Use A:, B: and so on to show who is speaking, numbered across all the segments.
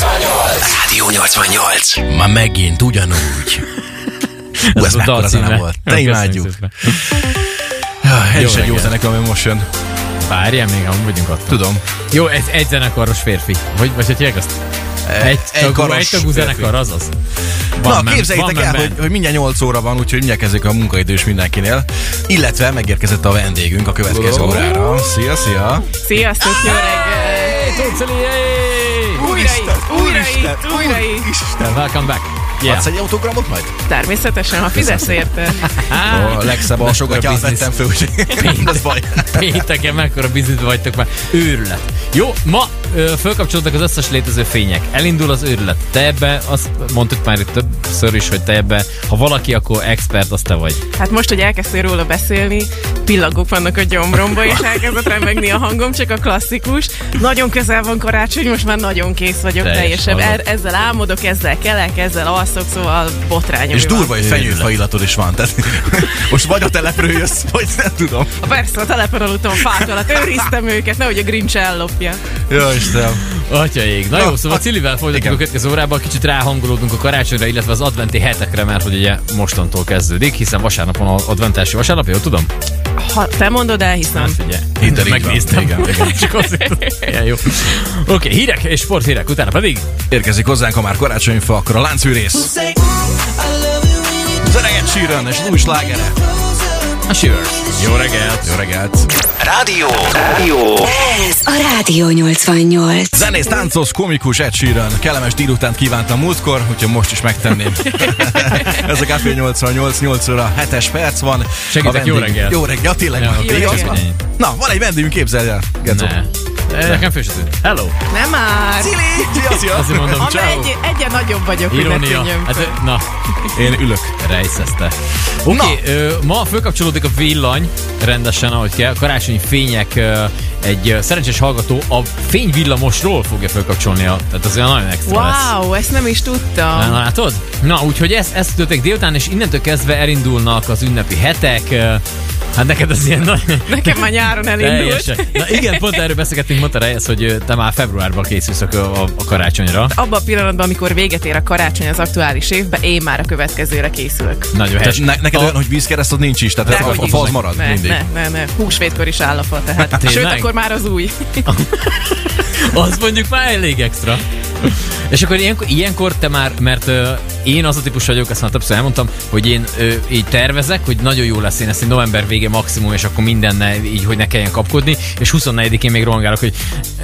A: Rádió 88. Ma megint ugyanúgy. Ú,
B: Ez
A: ez
B: a
A: mekkora
B: dal
A: zene
B: címe.
A: volt.
B: Jó,
A: Te imádjuk.
B: köszönjük szépen.
A: Jaj,
B: Jó
A: Ez is egy jó
B: reggelt.
A: zenekar, ami most jön.
B: Várjál még, ha vagyunk ott.
A: Tudom.
B: Jó, ez egy zenekaros férfi. Hogy, vagy hogy hívják azt? Egy,
A: egy
B: tagú,
A: karos
B: egy tagú
A: férfi.
B: zenekar, azaz.
A: Na,
B: mem-
A: képzeljétek
B: van
A: el, hogy,
B: memben.
A: hogy mindjárt 8 óra van, úgyhogy mindjárt kezdjük a munkaidős mindenkinél. Illetve megérkezett a vendégünk a következő
B: Ó.
A: órára. Szia, szia!
C: Sziasztok, jó reggel!
B: Hey, Tuceli, hey!
C: Újra itt, újra itt, újra itt!
B: Welcome back. Yeah.
A: Adsz egy autogramot majd?
C: Természetesen, ha fizetsz érte.
B: Ah,
A: Ó, a legszebb alsogatja, azt vettem föl, úgyhogy az baj.
B: Pénteken mekkora bizniszbe vagytok már. Őrület. Jó, ma ö, fölkapcsolódnak az összes létező fények. Elindul az őrület. Te ebbe, azt mondtuk már itt többször is, hogy te ebbe, ha valaki, akkor expert, az te vagy.
C: Hát most, hogy elkezdtél róla beszélni, pillagok vannak a gyomromba, és elkezdett remegni a hangom, csak a klasszikus. Nagyon közel van karácsony, most már nagyon kész vagyok
B: Teljes
C: teljesen.
B: hallod.
C: Er, ezzel álmodok, ezzel kelek, ezzel alszok, szóval botrányom
A: És
C: van.
A: durva, hogy fenyőfa illatod is van. Tehát most vagy a telepről jössz, vagy nem tudom.
C: Persze, a telepon aludtam a fák alatt, őriztem őket, nehogy a Grinch ellopja.
A: Jó Istenem.
B: Atyaik. Na,
A: Na,
B: jó, szóval
A: a-
B: Cilivel folytatjuk
A: igen.
B: a következő órában, kicsit ráhangolódunk a karácsonyra, illetve az adventi hetekre, mert hogy ugye mostantól kezdődik, hiszen vasárnapon az advent első vasárnap, jól tudom?
C: Ha te mondod,
B: Hát
C: elhiszem.
B: figyelj,
A: Hidd el, így
B: megnéztem.
A: van. Igen, igen.
B: Csak azért. Ilyen jó. Oké, hírek és sporthírek, utána pedig
A: Érkezik hozzánk, ha már karácsonyfa, akkor a láncűrész. Az öreget Sheeran és az új slágere.
B: a Shivers. Jó reggelt!
A: Jó reggelt.
D: Rádió. Rádió.
E: Ez a Rádió 88.
A: Zenész, táncos, komikus Ed Sheeran. Kellemes délutánt kívántam múltkor, úgyhogy most is megtenném. Ez a Café 88, 8 óra, 7-es perc van.
B: Segítek,
A: A
B: jó reggelt.
A: Jó reggel, ja, tényleg.
B: Ja,
A: van.
B: oké,
A: Igaz
C: reggelt.
A: van? Na, van egy vendégünk, képzelj el. Geco.
B: Ne. De Nekem fő se tűnt. Hello!
C: Nem már!
A: Cili! Szia, szia!
B: Azért mondom,
C: Ami
B: ciao.
C: egy, egyen nagyobb vagyok, hogy ne
B: Irónia.
C: tűnjön föl.
B: Hát, na,
A: Én ülök.
B: rejszezte. Oké, okay, ö, ma fölkapcsolódik a villany, rendesen, ahogy kell. A karácsonyi fények, ö, egy ö, szerencsés hallgató a fényvillamosról fogja fölkapcsolni, a, tehát az olyan nagyon extra lesz.
C: Wow, ezt nem is
B: Na,
C: tudtam.
B: Látod? Na, úgyhogy ez, ez történik délután, és innentől kezdve elindulnak az ünnepi hetek. Ö, Hát neked az ilyen nagy...
C: Nekem már nyáron elindult.
B: Teljesen. Na igen, pont erről beszélgettünk, mondta Reyes, hogy ö, te már februárban készülsz a, a, a karácsonyra.
C: Abban a pillanatban, amikor véget ér a karácsony az aktuális évben, én már a következőre készülök.
B: Nagyon helyes.
A: Tehát ne, neked
B: A-
A: olyan, hogy vízkeresztod nincs is, tehát
C: Dehogy
A: a, a
C: is.
A: faz marad
C: ne,
A: mindig.
C: Ne, ne, ne. Húsvétkor is áll a fa, tehát. Sőt,
B: Tényleg?
C: akkor már az új.
B: Az mondjuk már elég extra. És akkor ilyenkor, ilyenkor te már, mert ö, én az a típus vagyok, ezt már többször elmondtam, hogy én ö, így tervezek, hogy nagyon jó lesz én ezt így november vége maximum, és akkor mindenne így, hogy ne kelljen kapkodni, és 24-én még rohangálok, hogy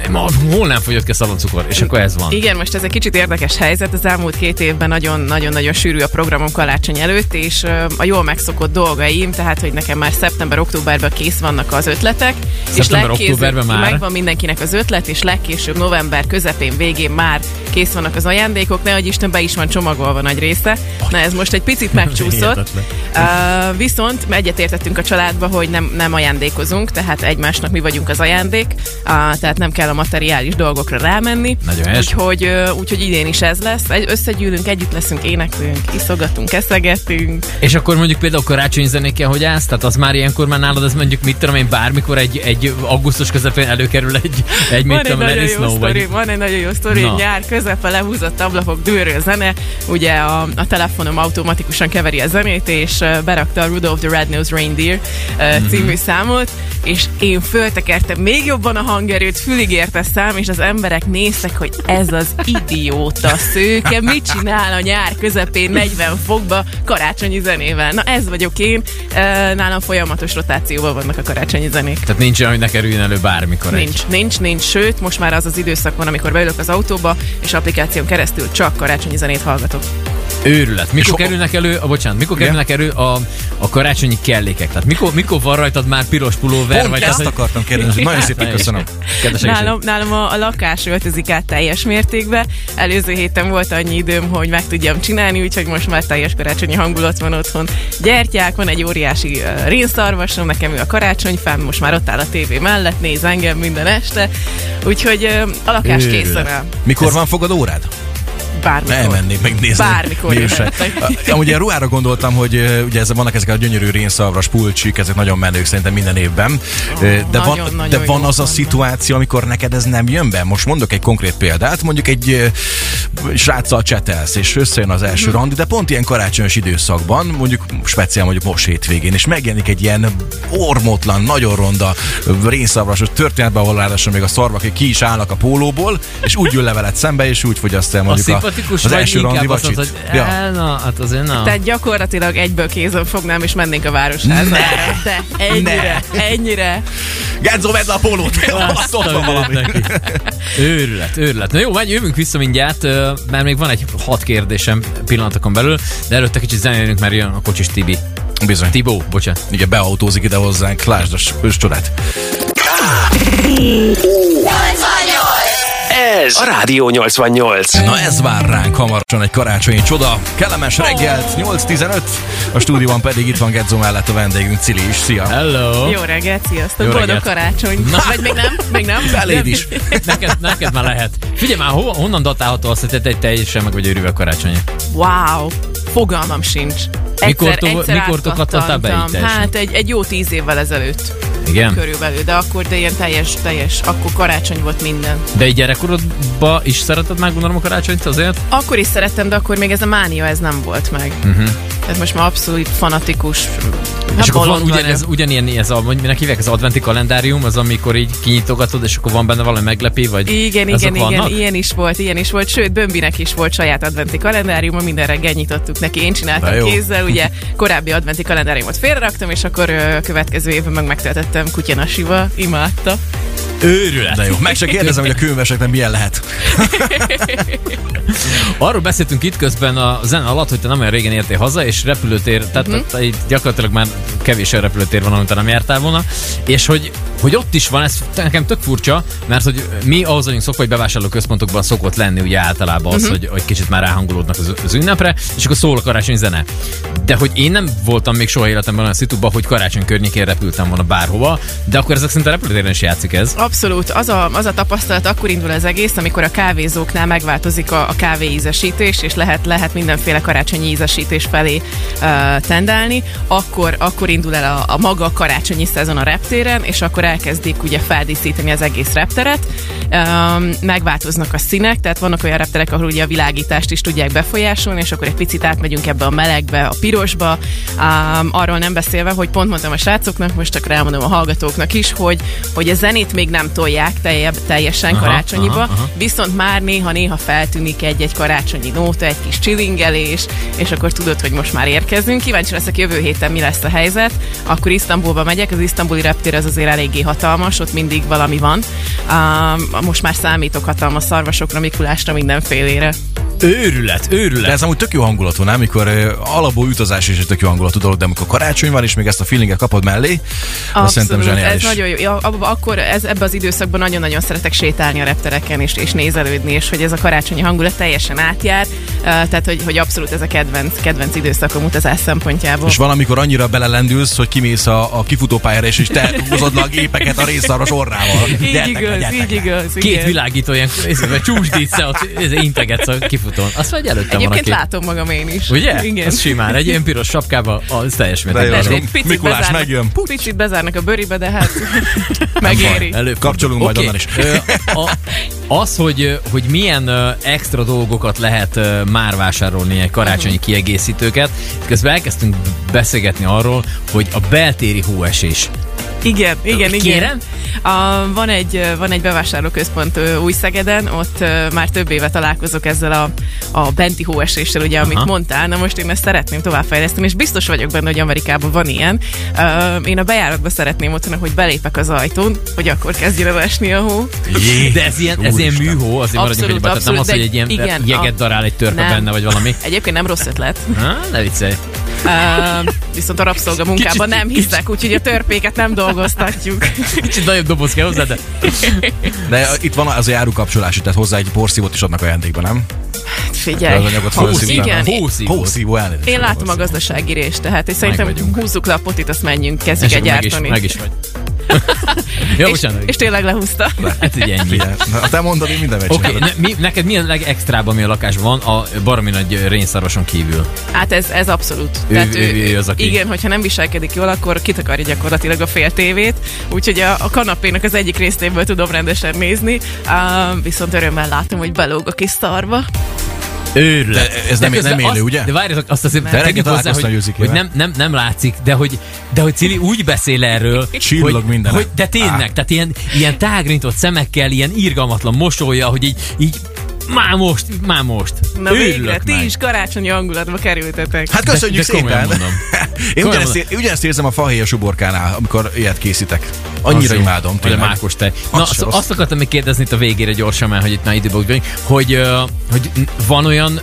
B: ma hol nem fogyott ki a szaloncukor, és akkor ez van.
C: Igen, most ez egy kicsit érdekes helyzet. Az elmúlt két évben nagyon-nagyon-nagyon sűrű a programom karácsony előtt, és ö, a jól megszokott dolgaim, tehát hogy nekem már szeptember-októberben kész vannak az ötletek. és
B: Szeptember-októberben már?
C: Megvan mindenkinek az ötlet, és legkésőbb november közepén, végén már kész vannak az ajándékok. Nehogy Isten be is van csomagolva nagy része. Na ez most egy picit megcsúszott.
B: Hihetetlen.
C: Uh, viszont egyetértettünk a családba, hogy nem, nem ajándékozunk, tehát egymásnak mi vagyunk az ajándék, uh, tehát nem kell a materiális dolgokra rámenni.
B: Nagyon helyes.
C: Úgyhogy, ö, úgyhogy idén is ez lesz. Egy, összegyűlünk, együtt leszünk, éneklünk, iszogatunk, eszegetünk.
B: És akkor mondjuk például karácsonyi zenékkel, hogy állsz, tehát az már ilyenkor már nálad, ez mondjuk mit tudom én, bármikor egy, egy augusztus közepén előkerül egy, egy mit
C: Van egy,
B: tudom, Let
C: nagyon
B: It
C: jó
B: Snow,
C: sztori,
B: vagy
C: van egy nagyon jó sztori,
B: Na.
C: nyár közepe lehúzott ablakok, dőrő zene, ugye a, a telefonom automatikusan keveri a zenét, és ö, berakta a Rudolph the Red-Nosed Reindeer
B: Mhm.
C: mm című számot, és én föltekertem még jobban a hangerőt, fülig ért a szám, és az emberek néztek, hogy ez az idióta szőke, mit csinál a nyár közepén 40 fokba karácsonyi zenével. Na ez vagyok én, Ö, nálam folyamatos rotációban vannak a karácsonyi zenék.
B: Tehát nincs olyan, hogy ne kerüljön elő bármikor egy.
C: Nincs, nincs, nincs, sőt, most már az az időszak van, amikor beülök az autóba, és applikáción keresztül csak karácsonyi zenét hallgatok.
B: Őrület. Mikor
A: És ho-
B: kerülnek elő, a bocsánat, mikor kerülnek elő a, a karácsonyi kellékek? Tehát mikor, mikor van rajtad már piros pulóver?
A: Pont
B: vagy
A: ezt
B: az, hogy-
A: akartam kérdezni, nagyon szépen
B: Teljes.
A: köszönöm.
B: Kedves
C: Nálam, nálam a, a lakás öltözik át teljes mértékbe. Előző héten volt annyi időm, hogy meg tudjam csinálni, úgyhogy most már teljes karácsonyi hangulat van otthon. Gyertyák, van egy óriási uh, rénszarvasom, nekem ő a karácsonyfám, most már ott áll a tévé mellett, néz engem minden este. Úgyhogy uh, a lakás
B: Őrület.
C: készen áll.
A: Mikor van fogad órád?
C: bármikor.
A: Elmennék, megnézni.
C: Bármikor
A: Mi is se.
C: jöhettek.
A: Amúgy én ruhára gondoltam, hogy ö, ugye ez, vannak ezek a gyönyörű rénszavras pulcsik, ezek nagyon menők szerintem minden évben. Ö, de van,
C: nagyon, nagyon
A: de van
C: jók
A: az a
C: vannak.
A: szituáció, amikor neked ez nem jön be. Most mondok egy konkrét példát, mondjuk egy ö, sráccal csetelsz, és összejön az első
C: Mhm.
A: randi, de pont ilyen karácsonyos időszakban, mondjuk speciál mondjuk most hétvégén, és megjelenik egy ilyen ormotlan, nagyon ronda, ö, rénszavrasos történetben, ahol ráadásul még a szarvak ki is állnak a pólóból, és úgy jön le veled szembe, és úgy fogyaszt el
B: A
A: mondjuk
B: szimpatikus
A: az
B: vagy
A: első
B: inkább
A: randi
B: azt
A: vacsit.
B: mondod, hogy
A: Ja.
B: el, na, hát azért na.
C: Tehát gyakorlatilag egyből kézön fognám, és mennénk a városházára. De ennyire, ennyire.
A: Gázó, vedd le a pólót! Ott
B: Azt a
A: van valami.
B: mindenki. Őrület, őrület. Na jó, majd jövünk vissza mindjárt, ö, mert még van egy hat kérdésem pillanatokon belül, de előtte kicsit zenélünk, mert jön a kocsis Tibi.
A: Bizony.
B: Tibó, bocsánat.
A: Igen, beautózik ide hozzánk, lásd a s- őscsodát.
D: Ez a Rádió 88.
A: Na ez vár ránk hamarosan egy karácsonyi csoda. Kellemes reggelt, 8.15. A stúdióban pedig itt van Gedzó mellett a vendégünk Cili is. Szia!
B: Hello.
C: Jó reggelt, sziasztok,
B: Jó
C: boldog
B: reggelt.
C: karácsony. Na. Vagy még nem, még nem.
A: Beléd
C: De-
A: is.
B: Neked, neked már lehet. Figyelj már, ho, honnan datálható azt, hogy te- te teljesen meg vagy őrülve karácsonyi?
C: Wow, fogalmam sincs. Egyszer,
B: Mikortól- mikortól kattantál be így
C: átkattantam.
B: teljesen?
C: Hát egy, egy jó tíz évvel ezelőtt
B: Igen.
C: körülbelül, de akkor de ilyen teljes, teljes, akkor karácsony volt minden.
B: De így gyerekkorodban is szereted már gondolom a karácsonyt azért?
C: Akkor is szerettem, de akkor még ez a mánia ez nem volt meg. Uh-huh. Tehát most már abszolút fanatikus.
B: Mhm. és akkor van
C: bolond
B: ugyanez,
C: vagyok.
B: ugyanilyen ez a, hogy minek hívják, az adventi kalendárium, az amikor így kinyitogatod, és akkor van benne valami meglepő, vagy
C: Igen,
B: azok
C: igen, igen,
B: vannak?
C: ilyen is volt, ilyen is volt, sőt, Bömbinek is volt saját adventi kalendáriuma, minden reggel nyitottuk neki, én
A: Na jó.
C: csináltam kézzel, ugye korábbi adventi kalendáriumot félreraktam, és akkor ö, következő évben meg megtöltöttem kutyanasival, imádta.
B: Őrület!
A: De jó, meg se kérdezem, hogy a kőműveseknek milyen lehet.
B: Arról beszéltünk itt közben a zene alatt, hogy te nem olyan régen értél haza, és repülőtér, tehát
C: Mhm.
B: uh-huh. itt gyakorlatilag már kevés olyan repülőtér van, amit te nem jártál volna, és hogy, hogy ott is van, ez nekem tök furcsa, mert hogy mi ahhoz vagyunk szokva, hogy bevásárlóközpontokban szokott lenni ugye általában
C: Mhm.
B: az, uh-huh. hogy, hogy kicsit már ráhangolódnak az, az ünnepre, és akkor szól a karácsony zene. De hogy én nem voltam még soha életemben olyan szituban, hogy karácsony környékén repültem volna bárhova, de akkor ezek szerint a repülőtéren is játszik ez.
C: Abszolút, az a, az a tapasztalat akkor indul az egész, amikor a kávézóknál megváltozik a, a kávé ízesítés, és lehet, lehet mindenféle karácsonyi ízesítés felé uh, tendálni, akkor, akkor indul el a, a maga karácsonyi szezon a reptéren, és akkor elkezdik ugye feldíszíteni az egész repteret, um, megváltoznak a színek, tehát vannak olyan repterek, ahol ugye a világítást is tudják befolyásolni, és akkor egy picit átmegyünk ebbe a melegbe, a pirosba, um, arról nem beszélve, hogy pont mondtam a srácoknak, most csak elmondom a hallgatóknak is, hogy, hogy a zenét még nem tolják teljebb, teljesen
B: Aha,
C: aha, karácsonyiba,
B: aha,
C: aha,
B: aha.
C: aha. viszont már néha-néha feltűnik egy-egy karácsonyi nóta, egy kis csilingelés, és akkor tudod, hogy most már érkezünk. Kíváncsi leszek jövő héten mi lesz a helyzet. Akkor Isztambulba megyek, az isztambuli reptér az azért eléggé hatalmas, ott mindig valami van. Um, most már számítok hatalmas szarvasokra, Mikulásra, mindenfélére.
B: Őrület, őrület.
A: De ez amúgy tök jó hangulatú, nem? Amikor ö, alapból utazás is egy tök jó hangulatú dolog, de amikor karácsony van, és még ezt a feelinget kapod mellé, azt szerintem
C: ez
A: zseniális.
C: nagyon jó. Ja, ab- akkor ez, ebbe az időszakban nagyon-nagyon szeretek sétálni a reptereken és, és nézelődni, és hogy ez a karácsonyi hangulat teljesen átjár, uh, tehát hogy, hogy abszolút ez a kedvenc, kedvenc időszakom utazás szempontjából.
A: És valamikor annyira belelendülsz, hogy kimész a, a kifutópályára, és, és te húzod le a gépeket a részarvas orrával.
C: így
A: Gyertek le,
C: igaz,
A: gyertek
C: így
A: le.
C: igaz.
B: Két
C: igen.
B: világító ilyen ez, csúsdítsz, ott ez integetsz a kifutón. Azt vagy előttem van a
C: Egyébként
B: két.
C: látom magam én is.
B: Ugye?
C: Igen.
B: Az simán. Egy ilyen piros sapkába, az teljes
A: jó,
C: Lehet,
B: mértékben.
A: Látom.
C: egy picit
A: Mikulás
C: bezárnak-
A: megjön. Pucs.
C: Picit bezárnak a bőribe, de hát megéri.
A: Előbb kapcsolunk majd
B: Oké.
A: onnan is.
B: Ö, a- Az, hogy, hogy milyen ö, extra dolgokat lehet ö, már vásárolni egy karácsonyi
C: Mhm.
B: kiegészítőket, közben elkezdtünk beszélgetni arról, hogy a beltéri hóesés.
C: Igen, igen, igen.
B: Kérem?
C: A, van, egy, ö, van egy bevásárlóközpont ö, Új-Szegeden, ott ö, már több éve találkozok ezzel a, a benti hóeséssel, ugye, amit
B: Aha.
C: mondtál, na most én ezt szeretném továbbfejleszteni, és biztos vagyok benne, hogy Amerikában van ilyen. Ö, én a bejáratba szeretném otthon, hogy belépek az ajtón, hogy akkor kezdjen el esni a hó.
A: Jé,
B: De ez ilyen, ez ilyen
A: Úristen.
B: műhó, azért maradjunk
C: Abszolút,
B: egyben, tehát nem
C: abszolút,
B: az, hogy
C: de
B: egy ilyen
C: igen,
B: jeget
C: a-
B: darál egy törpe
C: Nem.
B: benne, vagy valami.
C: Egyébként nem rossz ötlet,
B: Há, ne viccelj.
C: Ö, viszont a rabszolgamunkában nem hiszek, úgyhogy a törpéket nem dolgoztatjuk.
B: Kicsit nagyobb doboz kell hozzá, de
A: De itt van az a járukapcsolás, tehát hozzá egy porszívót is adnak ajándékba, nem?
C: Figyelj.
A: Az anyagot
C: Hú,
A: felszívták.
C: igen,
B: hószívó.
A: Hószívó elnézést.
C: Én látom a gazdasági részt, tehát és szerintem
B: vagyunk.
C: húzzuk le a potit, azt menjünk, kezdjük
B: És
C: el
B: akkor meg is,
C: gyártani.
B: meg is vagy. Jó,
C: és,
B: bocsánat.
C: és tényleg lehúzta.
B: Hát így ennyi.
A: Figyelj, na, te mondod, én minden
B: Oké,
A: megcsinálom.
B: okay, ne, mi, neked mi a legextrább, ami a lakásban van, a baromi nagy rénszároson kívül?
C: Hát ez, ez abszolút.
B: Ő- ő- ő az, aki-
C: Igen, hogyha nem viselkedik jól, akkor kitakarja gyakorlatilag a fél tévét, úgyhogy a, a kanapénak az egyik részéből tudom rendesen nézni, uh, viszont örömmel látom, hogy belóg a kis szarva.
B: Őrület.
A: De ez nem-
B: közben
A: nem élő,
B: azt,
A: ugye?
B: De várjatok, azt azért
A: reggel
B: tegyük hozzá,
A: találkoztam
B: hogy,
A: Juzikével.
B: hogy nem, nem, nem, látszik, de hogy, de hogy Cili úgy beszél erről,
A: Csillog
B: hogy,
A: mindenem.
B: hogy, de tényleg,
A: Á.
B: tehát ilyen, ilyen tágrintott szemekkel, ilyen irgalmatlan mosolya, hogy így, így már most, már most.
C: Na
B: Őrülök
C: végre, ti
B: meg.
C: is karácsonyi hangulatba kerültetek.
A: Hát köszönjük
B: de komolyan
A: szépen.
B: mondom.
A: Én
B: Komolyan
A: ugyanezt,
B: mondom.
A: é- ugyanezt érzem a fahéjas uborkánál, amikor ilyet készítek.
B: Az
A: Annyira
B: jó.
A: imádom
B: Vagy a
A: tényleg.
B: mákos tej. Na,
A: Az se
B: azt,
A: rossz.
B: azt akartam még kérdezni itt a végére gyorsan, mert hogy itt már időben úgy vagyunk, hogy, ö, hogy n- van olyan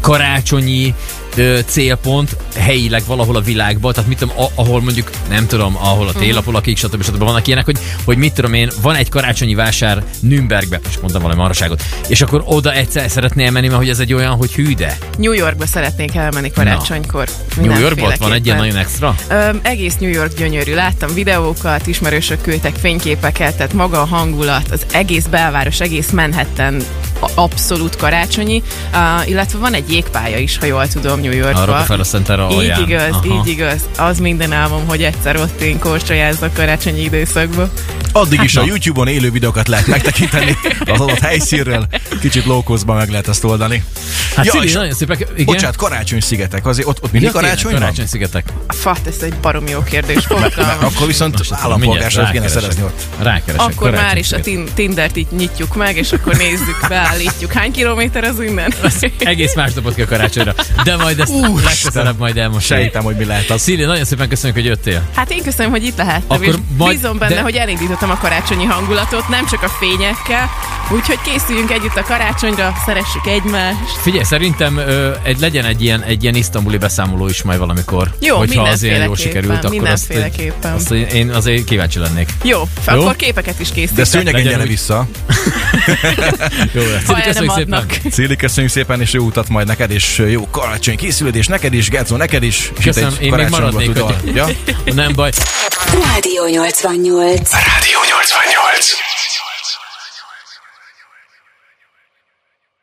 B: karácsonyi ö, célpont helyileg valahol a világban, tehát mit tudom, a- ahol mondjuk, nem tudom, ahol a télapol, akik, stb. stb. vannak ilyenek, hogy, hogy mit tudom én, van egy karácsonyi vásár Nürnbergbe, most mondtam valami marhaságot, és akkor oda egyszer szeretnél menni, mert hogy ez egy olyan, hogy hű de.
C: New Yorkba szeretnék elmenni karácsonykor.
B: New Yorkban ott van egy ilyen
C: Mindenféleképpen.
B: nagyon extra?
C: Öm, egész New York gyönyörű. Láttam videókat, ismerősök küldtek fényképeket, tehát maga a hangulat, az egész belváros, egész Manhattan a- abszolút karácsonyi, uh, illetve van egy jégpálya is, ha jól tudom, New
B: A
C: Yorkban.
B: Rockefeller Center
C: Így
B: alján.
C: igaz,
B: Aha.
C: így igaz. Az minden álmom, hogy egyszer ott én korcsolyázzak karácsonyi időszakban.
A: Addig
B: Hát
A: is a YouTube-on élő videókat lehet megtekinteni az adott helyszínről. Kicsit lókozban meg lehet ezt oldani.
B: Hát
A: Ja,
B: Cili,
A: és-
B: nagyon szépek. Igen?
A: Bocsánat, karácsony szigetek. Azért ott, ott mindig
B: Ja, tényleg,
A: karácsony van?
B: Karácsony-szigetek.
C: Fat, ez egy barom jó kérdés.
A: Mert
C: Fogalmam.
A: Akkor viszont állampolgárságot kéne szerezni ott.
B: Rákeresek.
C: Akkor már is a
B: Karácsony-sziget.
C: tin- Tindert így nyitjuk meg, és akkor nézzük, beállítjuk. Hány kilométer az innen?
B: Egész más napot kell karácsonyra. De majd ezt legközelebb majd elmosáljuk.
A: Sejtem, hogy mi lehet az.
B: Szili, nagyon szépen köszönjük, hogy jöttél.
C: Hát én köszönöm, hogy itt lehettem,
B: Akkor
C: Akkor és
B: majd-
C: majd, bízom benne,
B: de-
C: de... hogy elindítottam a karácsonyi hangulatot, nem csak a fényekkel, úgyhogy készüljünk együtt a karácsonyra, szeressük egymást.
B: Figyelj, szerintem ö, egy, legyen egy ilyen, egy ilyen isztambuli beszámoló is majd valamikor.
C: Jó,
B: Hogyha az ilyen jól
C: mindenféleképpen,
B: sikerült, akkor azt, egy-
C: mindenféleképpen.
B: azt én- én azért kíváncsi lennék.
C: Jó,
B: Jó?
C: Jó? akkor képeket is
A: De
C: készítek.
A: szőnyegen
B: legyen
A: gyere
B: úgy.
A: vissza.
B: Jó, lesz. Szili,
C: el nem
B: köszönjük szépen.
C: adnak.
A: Cili, köszönjük szépen, és jó utat majd neked, és jó karácsony készülődés neked is, Gácó, neked is. És itt
B: Köszönöm,
A: egy
B: én még
A: karácsonyba
B: maradnék,
A: tudod.
B: hogy-
A: Ja?
B: Nem baj.
E: Rádió 88.
D: Rádió